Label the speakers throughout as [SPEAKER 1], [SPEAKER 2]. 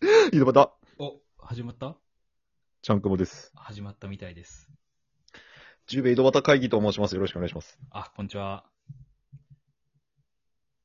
[SPEAKER 1] 井戸端、
[SPEAKER 2] お、始まった
[SPEAKER 1] ちゃんくもです。
[SPEAKER 2] 始まったみたいです。
[SPEAKER 1] 十兵衛井戸端会議と申します。よろしくお願いします。
[SPEAKER 2] あ、こんにちは。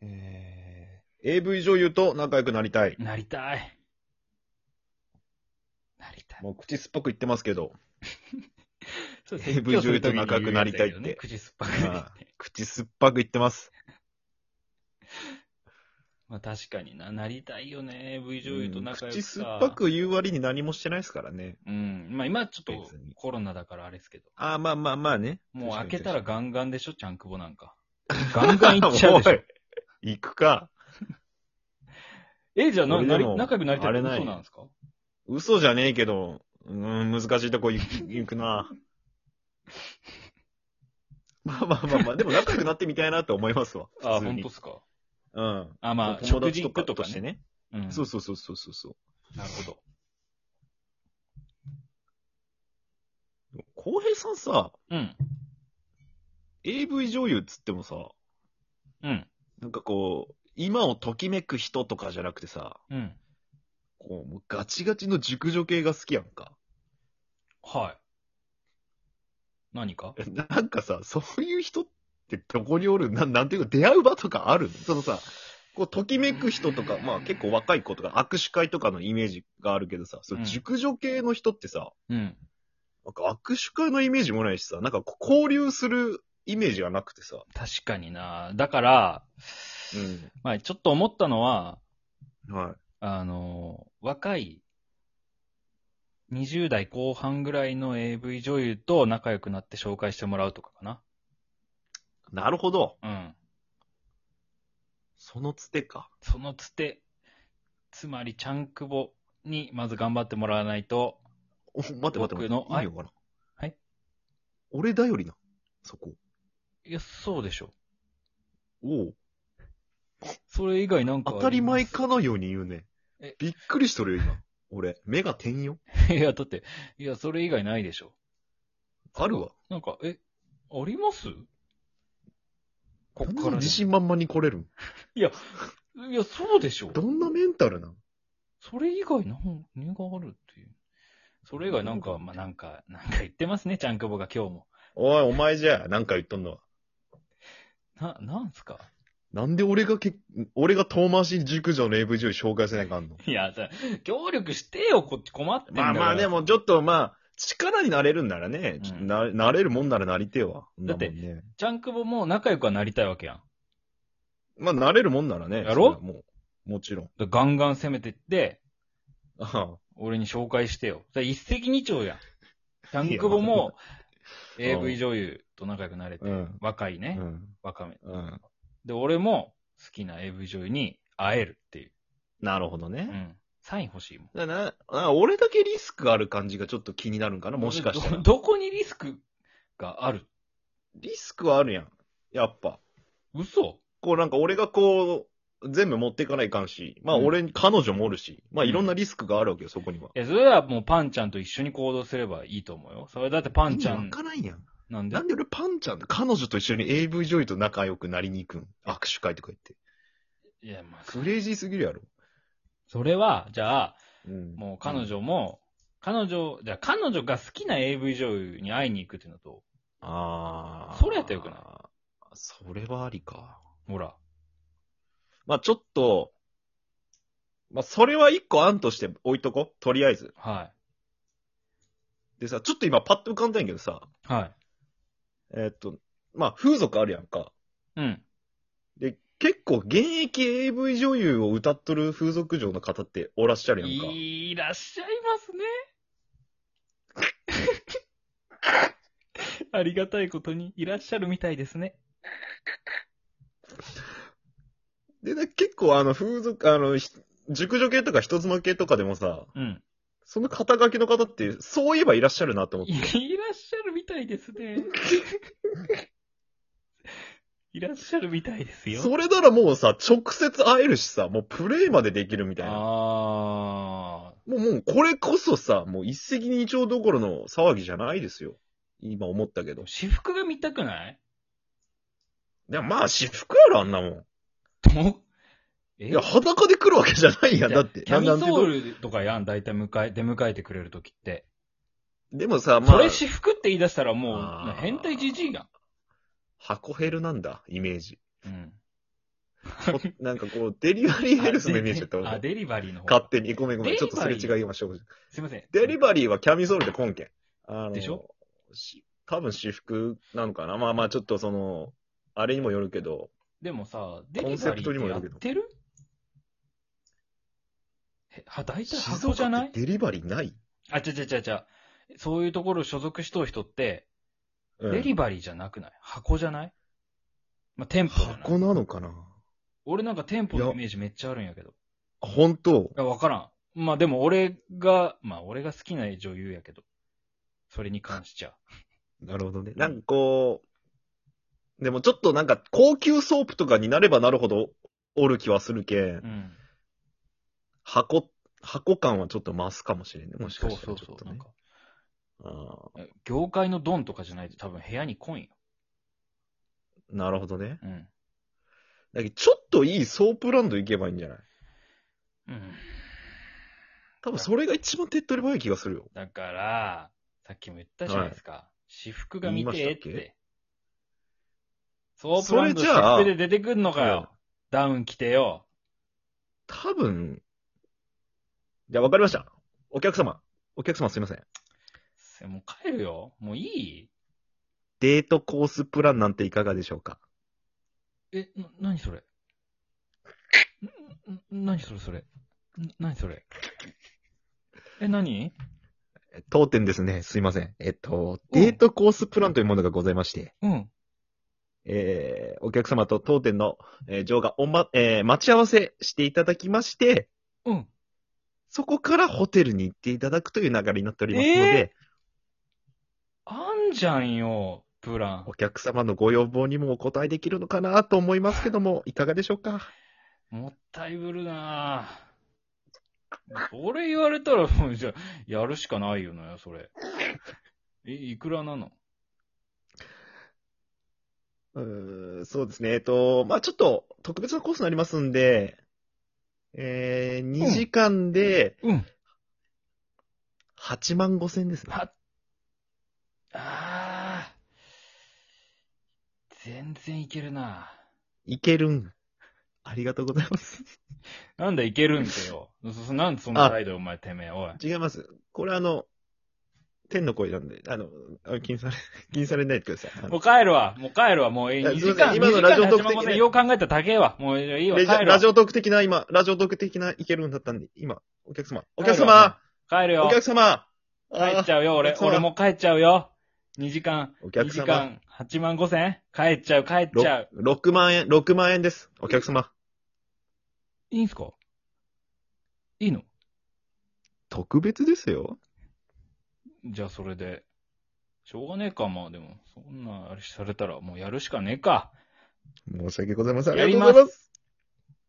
[SPEAKER 1] えー、AV 女優と仲良くなりたい。
[SPEAKER 2] なりたい。なりたい。
[SPEAKER 1] もう口酸っぱく言ってます けど、
[SPEAKER 2] そう
[SPEAKER 1] AV 女優と仲良くなりたいって
[SPEAKER 2] ね、口酸っぱく言
[SPEAKER 1] あ
[SPEAKER 2] っ
[SPEAKER 1] あ
[SPEAKER 2] て。
[SPEAKER 1] 口酸っぱく言ってます。
[SPEAKER 2] まあ確かにな、なりたいよね。AV 女優と仲良
[SPEAKER 1] うん
[SPEAKER 2] く
[SPEAKER 1] 口
[SPEAKER 2] さ、
[SPEAKER 1] 酸っぱく言う割に何もしてないですからね。
[SPEAKER 2] うん。まあ今ちょっと
[SPEAKER 1] 別に
[SPEAKER 2] コロナだからあれですけど。
[SPEAKER 1] ああ、まあまあまあね。
[SPEAKER 2] もう開けたらガンガンでしょ、ちゃんくぼな んか。ガ
[SPEAKER 1] 確
[SPEAKER 2] ンガ
[SPEAKER 1] か
[SPEAKER 2] ン
[SPEAKER 1] に
[SPEAKER 2] 行っちゃうで し
[SPEAKER 1] お
[SPEAKER 2] ょ
[SPEAKER 1] い。行くか。
[SPEAKER 2] え、じゃあな、
[SPEAKER 1] 俺
[SPEAKER 2] な
[SPEAKER 1] で
[SPEAKER 2] り
[SPEAKER 1] も
[SPEAKER 2] 仲良くなりたいって
[SPEAKER 1] あれない
[SPEAKER 2] 嘘なんですか
[SPEAKER 1] 嘘じゃねえけど、うーん、難しいとこ行く行く な。まあまあまあまあ、でも仲良くなってみたいなと思いますわ。
[SPEAKER 2] あ、
[SPEAKER 1] 普通
[SPEAKER 2] 本
[SPEAKER 1] に
[SPEAKER 2] 当っすか。
[SPEAKER 1] うん。
[SPEAKER 2] あ、まあ、
[SPEAKER 1] 友
[SPEAKER 2] 食
[SPEAKER 1] 達
[SPEAKER 2] 事行
[SPEAKER 1] と
[SPEAKER 2] く
[SPEAKER 1] か
[SPEAKER 2] と
[SPEAKER 1] と
[SPEAKER 2] か
[SPEAKER 1] して
[SPEAKER 2] ね。
[SPEAKER 1] ね。
[SPEAKER 2] うん。
[SPEAKER 1] そうそうそうそうそうそう。
[SPEAKER 2] なるほど。
[SPEAKER 1] 浩平さんさ、
[SPEAKER 2] うん。
[SPEAKER 1] AV 女優っつってもさ、
[SPEAKER 2] うん。
[SPEAKER 1] なんかこう、今をときめく人とかじゃなくてさ、
[SPEAKER 2] うん。
[SPEAKER 1] こう、もうガチガチの熟女系が好きやんか。
[SPEAKER 2] はい。何か
[SPEAKER 1] なんかさ、そういう人ってどこにおるなん、なんていうか、出会う場とかあるのそのさ、こう、ときめく人とか、まあ結構若い子とか、握手会とかのイメージがあるけどさ、そううん熟女系の人ってさ、
[SPEAKER 2] うん。
[SPEAKER 1] なんか握手会のイメージもないしさ、なんかこう交流するイメージがなくてさ、
[SPEAKER 2] 確かにな。だから、まあ、ちょっと思ったのは、
[SPEAKER 1] うん。はい。
[SPEAKER 2] あの、若い、20代後半ぐらいの AV 女優と仲良くなって紹介してもらうとかかな。
[SPEAKER 1] なるほど。
[SPEAKER 2] うん。
[SPEAKER 1] そのつてか。
[SPEAKER 2] そのつて、つまり、ちゃんくぼにまず頑張ってもらわないと、
[SPEAKER 1] お待って待って待って。
[SPEAKER 2] 僕の
[SPEAKER 1] いいのかな
[SPEAKER 2] はい。
[SPEAKER 1] 俺だよりな。そこ。
[SPEAKER 2] いや、そうでしょ。
[SPEAKER 1] おう
[SPEAKER 2] それ以外なんかあ
[SPEAKER 1] 当たり前
[SPEAKER 2] ま
[SPEAKER 1] かのように言うね
[SPEAKER 2] え。
[SPEAKER 1] びっくりしとるよ、今。俺。目が点よ。
[SPEAKER 2] す。いや、だって、いや、それ以外ないでしょ。
[SPEAKER 1] あるわ。
[SPEAKER 2] なんか、え、ありますこ
[SPEAKER 1] な
[SPEAKER 2] っ
[SPEAKER 1] ん
[SPEAKER 2] か
[SPEAKER 1] で
[SPEAKER 2] らでも
[SPEAKER 1] 自信満々に来れるん
[SPEAKER 2] いや、そうでしょ。
[SPEAKER 1] どんなメンタルなん
[SPEAKER 2] それ以外何、何があるっていう。それ以外なんか、まあ、なんか、なんか言ってますね、ちゃんくぼが今日も。
[SPEAKER 1] おい、お前じゃ、なんか言っとんのは。
[SPEAKER 2] な、なんすか
[SPEAKER 1] なんで俺がけ、俺が遠回し熟女の AV 女優紹介せなきゃあんの
[SPEAKER 2] いや、さ、協力してよ、こっち困ってんだ
[SPEAKER 1] まあまあ、でもちょ
[SPEAKER 2] っ
[SPEAKER 1] っとまあ、力になれるんならね、
[SPEAKER 2] うん
[SPEAKER 1] ちょっとななれるもんならなりてえわ。そんなもんね、
[SPEAKER 2] ちゃんくぼも仲良くはなりたいわけやん。
[SPEAKER 1] まあ、なれるもんならね。
[SPEAKER 2] やろ
[SPEAKER 1] それはもう、もちろん。
[SPEAKER 2] だガンガン攻めてって、
[SPEAKER 1] あ
[SPEAKER 2] 俺に紹介してよ。だ一石 二鳥やん。ちゃんくぼも、
[SPEAKER 1] いや
[SPEAKER 2] AV 女優と仲良くなれて、
[SPEAKER 1] うん
[SPEAKER 2] 若い
[SPEAKER 1] あ
[SPEAKER 2] ね、
[SPEAKER 1] うん。
[SPEAKER 2] 若め。
[SPEAKER 1] うん。
[SPEAKER 2] で、俺も好きな AV 女優に会えるっていう。
[SPEAKER 1] なるほど
[SPEAKER 2] う
[SPEAKER 1] ね。
[SPEAKER 2] ん。サイン欲しいもん。
[SPEAKER 1] だなな俺だけリスクある感じがちょっと気になるんかなもしかしたら
[SPEAKER 2] ど。。ど こにリスクがある
[SPEAKER 1] リスクはあるやん。やっぱ。
[SPEAKER 2] 嘘
[SPEAKER 1] こうなんか俺がこう、全部持っていかないかんし、まあ
[SPEAKER 2] うん
[SPEAKER 1] 俺、彼女もおるし、まあ
[SPEAKER 2] うん
[SPEAKER 1] いろんなリスクがあるわけよ、そこには。
[SPEAKER 2] いや、それはもうパンちゃんと一緒に行動すればいいと思うよ。それだってパンちゃ
[SPEAKER 1] 意味
[SPEAKER 2] ん
[SPEAKER 1] わからんやん。
[SPEAKER 2] なんで
[SPEAKER 1] なんで俺パンちゃんと彼女と一緒に AV 女優と仲良くなりに行くん握手会とか言って。
[SPEAKER 2] いや、まあ、そ
[SPEAKER 1] クレイジーすぎるやろ。
[SPEAKER 2] それは、じゃあ、
[SPEAKER 1] うん
[SPEAKER 2] もう彼。女も、彼女、じゃあ彼女が好きな AV 女優に会いに行くっていうのと、
[SPEAKER 1] ああ。
[SPEAKER 2] それやったらよくない
[SPEAKER 1] それはありか。
[SPEAKER 2] ほら、
[SPEAKER 1] まあちょっと、まあそれは一個案として置いとこう。とりあえず。
[SPEAKER 2] は
[SPEAKER 1] でさ、ちょっと今パッと浮かんだんやけどさ、
[SPEAKER 2] い。はい。
[SPEAKER 1] えーっと、まあ風俗あるやんか。
[SPEAKER 2] うん。
[SPEAKER 1] で、結構現役 AV 女優を歌っとる風俗嬢の方っておらっしゃるやんか。
[SPEAKER 2] いらっしゃいますね。 ありがたいことにいらっしゃるみたいですね。
[SPEAKER 1] で、な結構あの風俗、あの、ひ熟女系とか人妻系とかでもさ、
[SPEAKER 2] うん。
[SPEAKER 1] その肩書きの方って、そういえばいらっしゃるなと思っ
[SPEAKER 2] い
[SPEAKER 1] て。
[SPEAKER 2] いらっしゃるみたいですね。いらっしゃるみたいですよ。
[SPEAKER 1] それならもうさ、直接会えるしさ、もうプレイまでできるみたいな。
[SPEAKER 2] ああ。
[SPEAKER 1] もう、もう、これこそさ、もう一石二鳥どころの騒ぎじゃないですよ。今思ったけど。
[SPEAKER 2] 私服が見たくない
[SPEAKER 1] でもまあ、私服やろ、あんなもん。
[SPEAKER 2] と、え
[SPEAKER 1] いや、裸で来るわけじゃないやん。
[SPEAKER 2] いや
[SPEAKER 1] だって。
[SPEAKER 2] キャミソ
[SPEAKER 1] なんなんて
[SPEAKER 2] ー
[SPEAKER 1] いう
[SPEAKER 2] ルとかやん、大体迎え、出迎えてくれるときって。
[SPEAKER 1] のでもさ、ま
[SPEAKER 2] それ
[SPEAKER 1] あ、
[SPEAKER 2] 私服って言い出したらもう
[SPEAKER 1] あ、ー
[SPEAKER 2] 変態じじいや
[SPEAKER 1] 箱ヘルなんだ、イメージ。
[SPEAKER 2] ん。うん。
[SPEAKER 1] こなんかこう、デリバリーヘルスのイメージだった
[SPEAKER 2] あ、
[SPEAKER 1] わ。
[SPEAKER 2] デリバリーの方。
[SPEAKER 1] 勝手に。ごめんごめん。
[SPEAKER 2] デ
[SPEAKER 1] ち
[SPEAKER 2] リバ
[SPEAKER 1] ょっ
[SPEAKER 2] リー
[SPEAKER 1] とすれ違いましょう。
[SPEAKER 2] すいません。
[SPEAKER 1] デリバリーはキャミソールで根拠。あの
[SPEAKER 2] でしょ
[SPEAKER 1] し多分私服なのかなまあまあちょっとその、あれにもよるけど、
[SPEAKER 2] でもさ、デ
[SPEAKER 1] コ
[SPEAKER 2] リ
[SPEAKER 1] ンセ
[SPEAKER 2] バ
[SPEAKER 1] プ
[SPEAKER 2] リ
[SPEAKER 1] トに
[SPEAKER 2] ーっ
[SPEAKER 1] も
[SPEAKER 2] て
[SPEAKER 1] よる
[SPEAKER 2] やっ
[SPEAKER 1] けど
[SPEAKER 2] てるえは、大体箱じゃな
[SPEAKER 1] 静
[SPEAKER 2] い
[SPEAKER 1] 岡ってデリバリーない、
[SPEAKER 2] あ、ちゃちゃちゃちゃ。そういうところ所属しとう人って、
[SPEAKER 1] うん
[SPEAKER 2] デリバリーじゃなくない箱じゃないまあ、店舗じゃな
[SPEAKER 1] 箱
[SPEAKER 2] い
[SPEAKER 1] なのかな
[SPEAKER 2] 俺なんか店舗のイメージめっちゃあるんやけど。い
[SPEAKER 1] あ本当
[SPEAKER 2] や、わからん。まあでも俺が、まあ俺が好きな女優やけど。それに関しちゃ。
[SPEAKER 1] なるほどね。なんかこう、でもちょっとなんか高級ソープとかになればなるほどおる気はするけん
[SPEAKER 2] う、ん。
[SPEAKER 1] 箱、箱感はちょっと増すかもしれんね。もしかしたらちょっと
[SPEAKER 2] なん
[SPEAKER 1] ね。
[SPEAKER 2] か、
[SPEAKER 1] あ
[SPEAKER 2] え業界のドンとかじゃないと多分部屋に来んよ。
[SPEAKER 1] ーなるほどね。
[SPEAKER 2] うん。
[SPEAKER 1] だけどちょっといいソープランド行けばいいんじゃない
[SPEAKER 2] うん。
[SPEAKER 1] 多分それが一番手っ取り早い気がするよ。
[SPEAKER 2] だから、さっきも言ったじゃないですか。私服が見てえっ
[SPEAKER 1] 言いました
[SPEAKER 2] て。ソープランド
[SPEAKER 1] それ
[SPEAKER 2] 私
[SPEAKER 1] じゃあ
[SPEAKER 2] 服で出てくんのかよ。ダウン着てよ。
[SPEAKER 1] 多分、じゃあわかりました。お客様。お客様すいません。
[SPEAKER 2] もう帰るよ。もういい
[SPEAKER 1] デートコースプランなんていかがでしょうか
[SPEAKER 2] え、な、なにそれなにそれそれなにそれえ、なに
[SPEAKER 1] え当店ですね。すいません。えっと、デートコースプランというものがございまして、
[SPEAKER 2] うん。
[SPEAKER 1] えー、お客様と当店の、えー、上がおま、えー、待ち合わせしていただきまして、
[SPEAKER 2] うん。
[SPEAKER 1] そこからホテルに行っていただくという流れになっておりますので、
[SPEAKER 2] あんじゃんよ、プラン
[SPEAKER 1] お。客様のご要望にもお答えできるのかなと思いますけども、いかがでしょうか
[SPEAKER 2] もったいぶるなぁ。それ言われたら、もうじゃあ、やるしかないよな、それ。え、いくらなの
[SPEAKER 1] うーんそうですね。えっと、まあちょっと特別なコースになりますんで、えー、2時間で
[SPEAKER 2] うん。
[SPEAKER 1] 8万5千ですね。
[SPEAKER 2] は、あー。全然いけるない
[SPEAKER 1] けるん。ありがとうございます。
[SPEAKER 2] ぁ。なんだいけるんてよ。そ、そ、なんでそんな態度よお前、てめえ、おい。
[SPEAKER 1] 違います。これあの、天の声なんで、あの、あ気にされ、 気にされないでください。あの
[SPEAKER 2] もう帰るわ。もう帰るわ。もうえ
[SPEAKER 1] いや
[SPEAKER 2] 2時間、
[SPEAKER 1] すいません今の
[SPEAKER 2] 2時間
[SPEAKER 1] ラジオトーク
[SPEAKER 2] 始まるまで
[SPEAKER 1] 的な
[SPEAKER 2] よう考えたら高えわ。もういいわ。
[SPEAKER 1] レ
[SPEAKER 2] 帰
[SPEAKER 1] ジャ
[SPEAKER 2] るわ
[SPEAKER 1] ラジ。オトーク的な今、ラジオトーク的ないけるんだったんで、今、お客様、お客
[SPEAKER 2] 帰る
[SPEAKER 1] 様、
[SPEAKER 2] わ帰る
[SPEAKER 1] お
[SPEAKER 2] よ。
[SPEAKER 1] 客様、
[SPEAKER 2] 帰っちゃうよ、
[SPEAKER 1] お
[SPEAKER 2] 俺。
[SPEAKER 1] 客様
[SPEAKER 2] 俺も帰っちゃうよ。2時間。
[SPEAKER 1] お
[SPEAKER 2] 2
[SPEAKER 1] 客
[SPEAKER 2] 時
[SPEAKER 1] 様、
[SPEAKER 2] 間8万5千帰っちゃう、帰っちゃう。
[SPEAKER 1] 6万円、6万円です。お客様、
[SPEAKER 2] いいんすかいいの
[SPEAKER 1] 特別ですよ。
[SPEAKER 2] じゃあそれで。しょうがねえか、まあでも。そんな、あれされたらもうやるしかねえか。
[SPEAKER 1] 申し訳ございません。あ
[SPEAKER 2] や
[SPEAKER 1] り
[SPEAKER 2] り
[SPEAKER 1] が
[SPEAKER 2] ま
[SPEAKER 1] とうご
[SPEAKER 2] す
[SPEAKER 1] ざいます。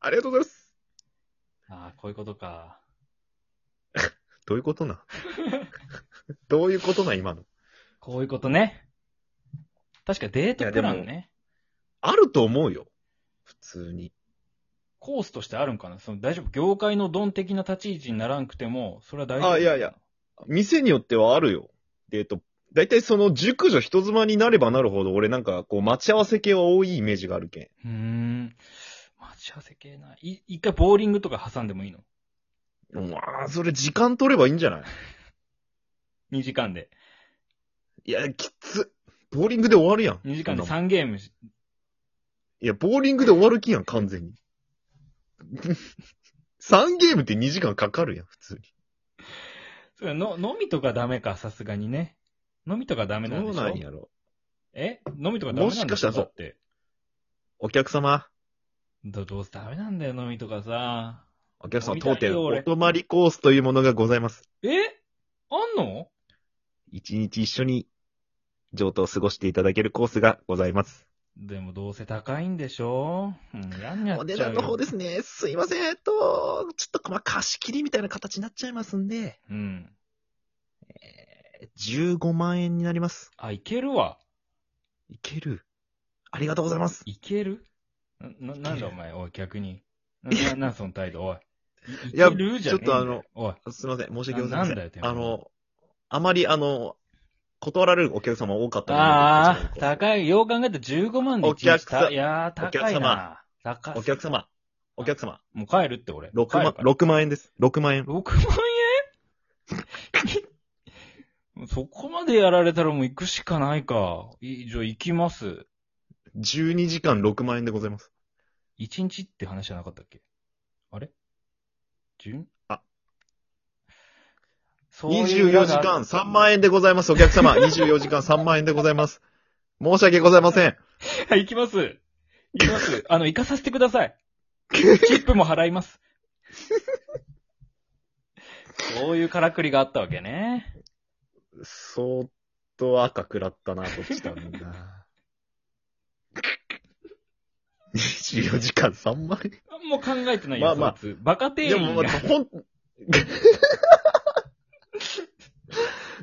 [SPEAKER 1] ありがとうございます。
[SPEAKER 2] ああ、こういうことか。
[SPEAKER 1] どういうことな どういうことな今の。
[SPEAKER 2] こういうことね。確かデートプラ
[SPEAKER 1] いやで
[SPEAKER 2] ンね。
[SPEAKER 1] あると思うよ。普通に。
[SPEAKER 2] コースとしてあるんかなその大丈夫業界のドン的な立ち位置にならんくても、それは大丈夫。
[SPEAKER 1] あいやいや。店によってはあるよ。デート。だいたいその熟女人妻になればなるほど、俺なんかこう待ち合わせ系は多いイメージがあるけん。
[SPEAKER 2] うーん。待ち合わせ系ない。い一回ボーリングとか挟んでもいいの
[SPEAKER 1] うわーそれ時間取ればいいんじゃない
[SPEAKER 2] ?2 時間で。
[SPEAKER 1] いや、きつ。ボーリングで終わるやん。
[SPEAKER 2] 2時間で
[SPEAKER 1] そんなもん
[SPEAKER 2] 3ゲームし
[SPEAKER 1] いや、ボーリングで終わる気やん、完全に。3ゲームって2時間かかるやん、普通に。
[SPEAKER 2] それの、飲みとかダメか、さすがにね。飲みとかダメなん
[SPEAKER 1] どう
[SPEAKER 2] でしょ
[SPEAKER 1] なんやろ。
[SPEAKER 2] え飲みとかダメなんでしょ
[SPEAKER 1] もしかしたらそう
[SPEAKER 2] だって。
[SPEAKER 1] お客様。
[SPEAKER 2] ど、どうせダメなんだよ、飲みとかさ。
[SPEAKER 1] お客様、
[SPEAKER 2] 飲みたい
[SPEAKER 1] 当
[SPEAKER 2] よ
[SPEAKER 1] 店、
[SPEAKER 2] 俺
[SPEAKER 1] お泊まりコースというものがございます。
[SPEAKER 2] えあんの
[SPEAKER 1] 一日一緒に、上等を過ごしていただけるコースがございます。
[SPEAKER 2] でもどうせ高いんでしょうん、やんにゃっちゃ
[SPEAKER 1] お値
[SPEAKER 2] うよ。
[SPEAKER 1] 段の方ですね、すいません、えっと、ちょっと、まあ、貸し切りみたいな形になっちゃいますんで、
[SPEAKER 2] うん。
[SPEAKER 1] 15万円になります。
[SPEAKER 2] あ、いけるわ。
[SPEAKER 1] いける。ありがとうございます。
[SPEAKER 2] いけるな、な、なん
[SPEAKER 1] いけ
[SPEAKER 2] だ
[SPEAKER 1] る
[SPEAKER 2] お前、おい、逆に。 な、な、その態度、おい。
[SPEAKER 1] いや
[SPEAKER 2] いけるじゃねえんだ
[SPEAKER 1] ちょっと
[SPEAKER 2] よ
[SPEAKER 1] あの、
[SPEAKER 2] おい。
[SPEAKER 1] すいません、申し訳ございませ。
[SPEAKER 2] なんなんだよてめえ
[SPEAKER 1] あの、あまり、あの、断られるお客様多かったので
[SPEAKER 2] ああ、
[SPEAKER 1] こちらに
[SPEAKER 2] 高い。よう考えたら15万で
[SPEAKER 1] お客さ
[SPEAKER 2] いやー、高いな。高い
[SPEAKER 1] お客様、お客様、
[SPEAKER 2] もう帰るって俺。
[SPEAKER 1] 6万、
[SPEAKER 2] 6
[SPEAKER 1] 6万円です。6万円。
[SPEAKER 2] 万円 そこまでやられたらもう行くしかないか。いじゃあ行きます。
[SPEAKER 1] 12時間6万円でございます。
[SPEAKER 2] 1日って話じゃなかったっけあれ順
[SPEAKER 1] あ。
[SPEAKER 2] そういう
[SPEAKER 1] 24
[SPEAKER 2] 裏
[SPEAKER 1] 時
[SPEAKER 2] が
[SPEAKER 1] 間3万円でございます。お客様、24時間3万円でございます。申し訳ございません。
[SPEAKER 2] はい、 行きます。行き ます。あの、行かさせてください。切符も払い ます。そういうからくりがあったわけね。
[SPEAKER 1] 相当赤くらったな、そっちだみんな。24時間3万円
[SPEAKER 2] 何も考えてないよ、
[SPEAKER 1] まあまあ
[SPEAKER 2] そいつバカ店
[SPEAKER 1] でも、
[SPEAKER 2] 員
[SPEAKER 1] ま
[SPEAKER 2] が
[SPEAKER 1] あ、ほん、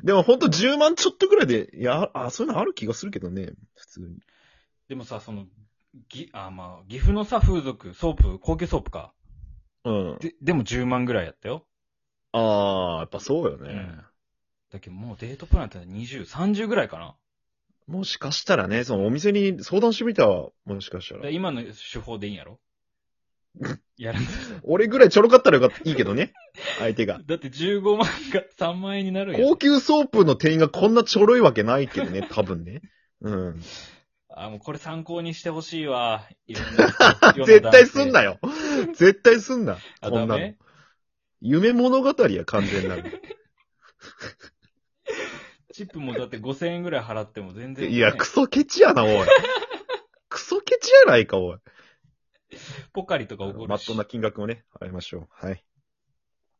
[SPEAKER 1] でもほんと10万ちょっとぐらいで、いや、あ、そういうのある気がするけどね、普通に。
[SPEAKER 2] でもさ、その、ぎ、あ、まあ、岐阜のさ、風俗、ソープ、高級ソープか。
[SPEAKER 1] うん。
[SPEAKER 2] で、でも10万ぐらいやったよ。
[SPEAKER 1] ああ、やっぱそうよ
[SPEAKER 2] う
[SPEAKER 1] ね。
[SPEAKER 2] ん。だけどもうデートプランだって20、30ぐらいかな。
[SPEAKER 1] もしかしたらね、そのお店に相談してみたら、もしかした
[SPEAKER 2] で
[SPEAKER 1] ら。
[SPEAKER 2] 今の手法でいいん やろやらん
[SPEAKER 1] 俺ぐらいちょろかったらよかった、いいけどね。相手が。
[SPEAKER 2] だって15万が3万円になるんや
[SPEAKER 1] 高級ソープの店員がこんなちょろいわけないけど ね、多分ね。うん。
[SPEAKER 2] あ、もうこれ参考にしてほしいわ。いろんな
[SPEAKER 1] 絶対すんな
[SPEAKER 2] よ。
[SPEAKER 1] よ。 絶対すんな。
[SPEAKER 2] あ、
[SPEAKER 1] こ
[SPEAKER 2] ダ
[SPEAKER 1] んなの
[SPEAKER 2] メ。
[SPEAKER 1] 夢物語や、完全なる。
[SPEAKER 2] チップもだって5000円ぐらい払っても全然、
[SPEAKER 1] いや、クソケチやな、お い。クソケチやないか、おい。
[SPEAKER 2] ポカリとか怒
[SPEAKER 1] ま
[SPEAKER 2] る
[SPEAKER 1] っと
[SPEAKER 2] し
[SPEAKER 1] う。な金額をね、払いましょう。はい。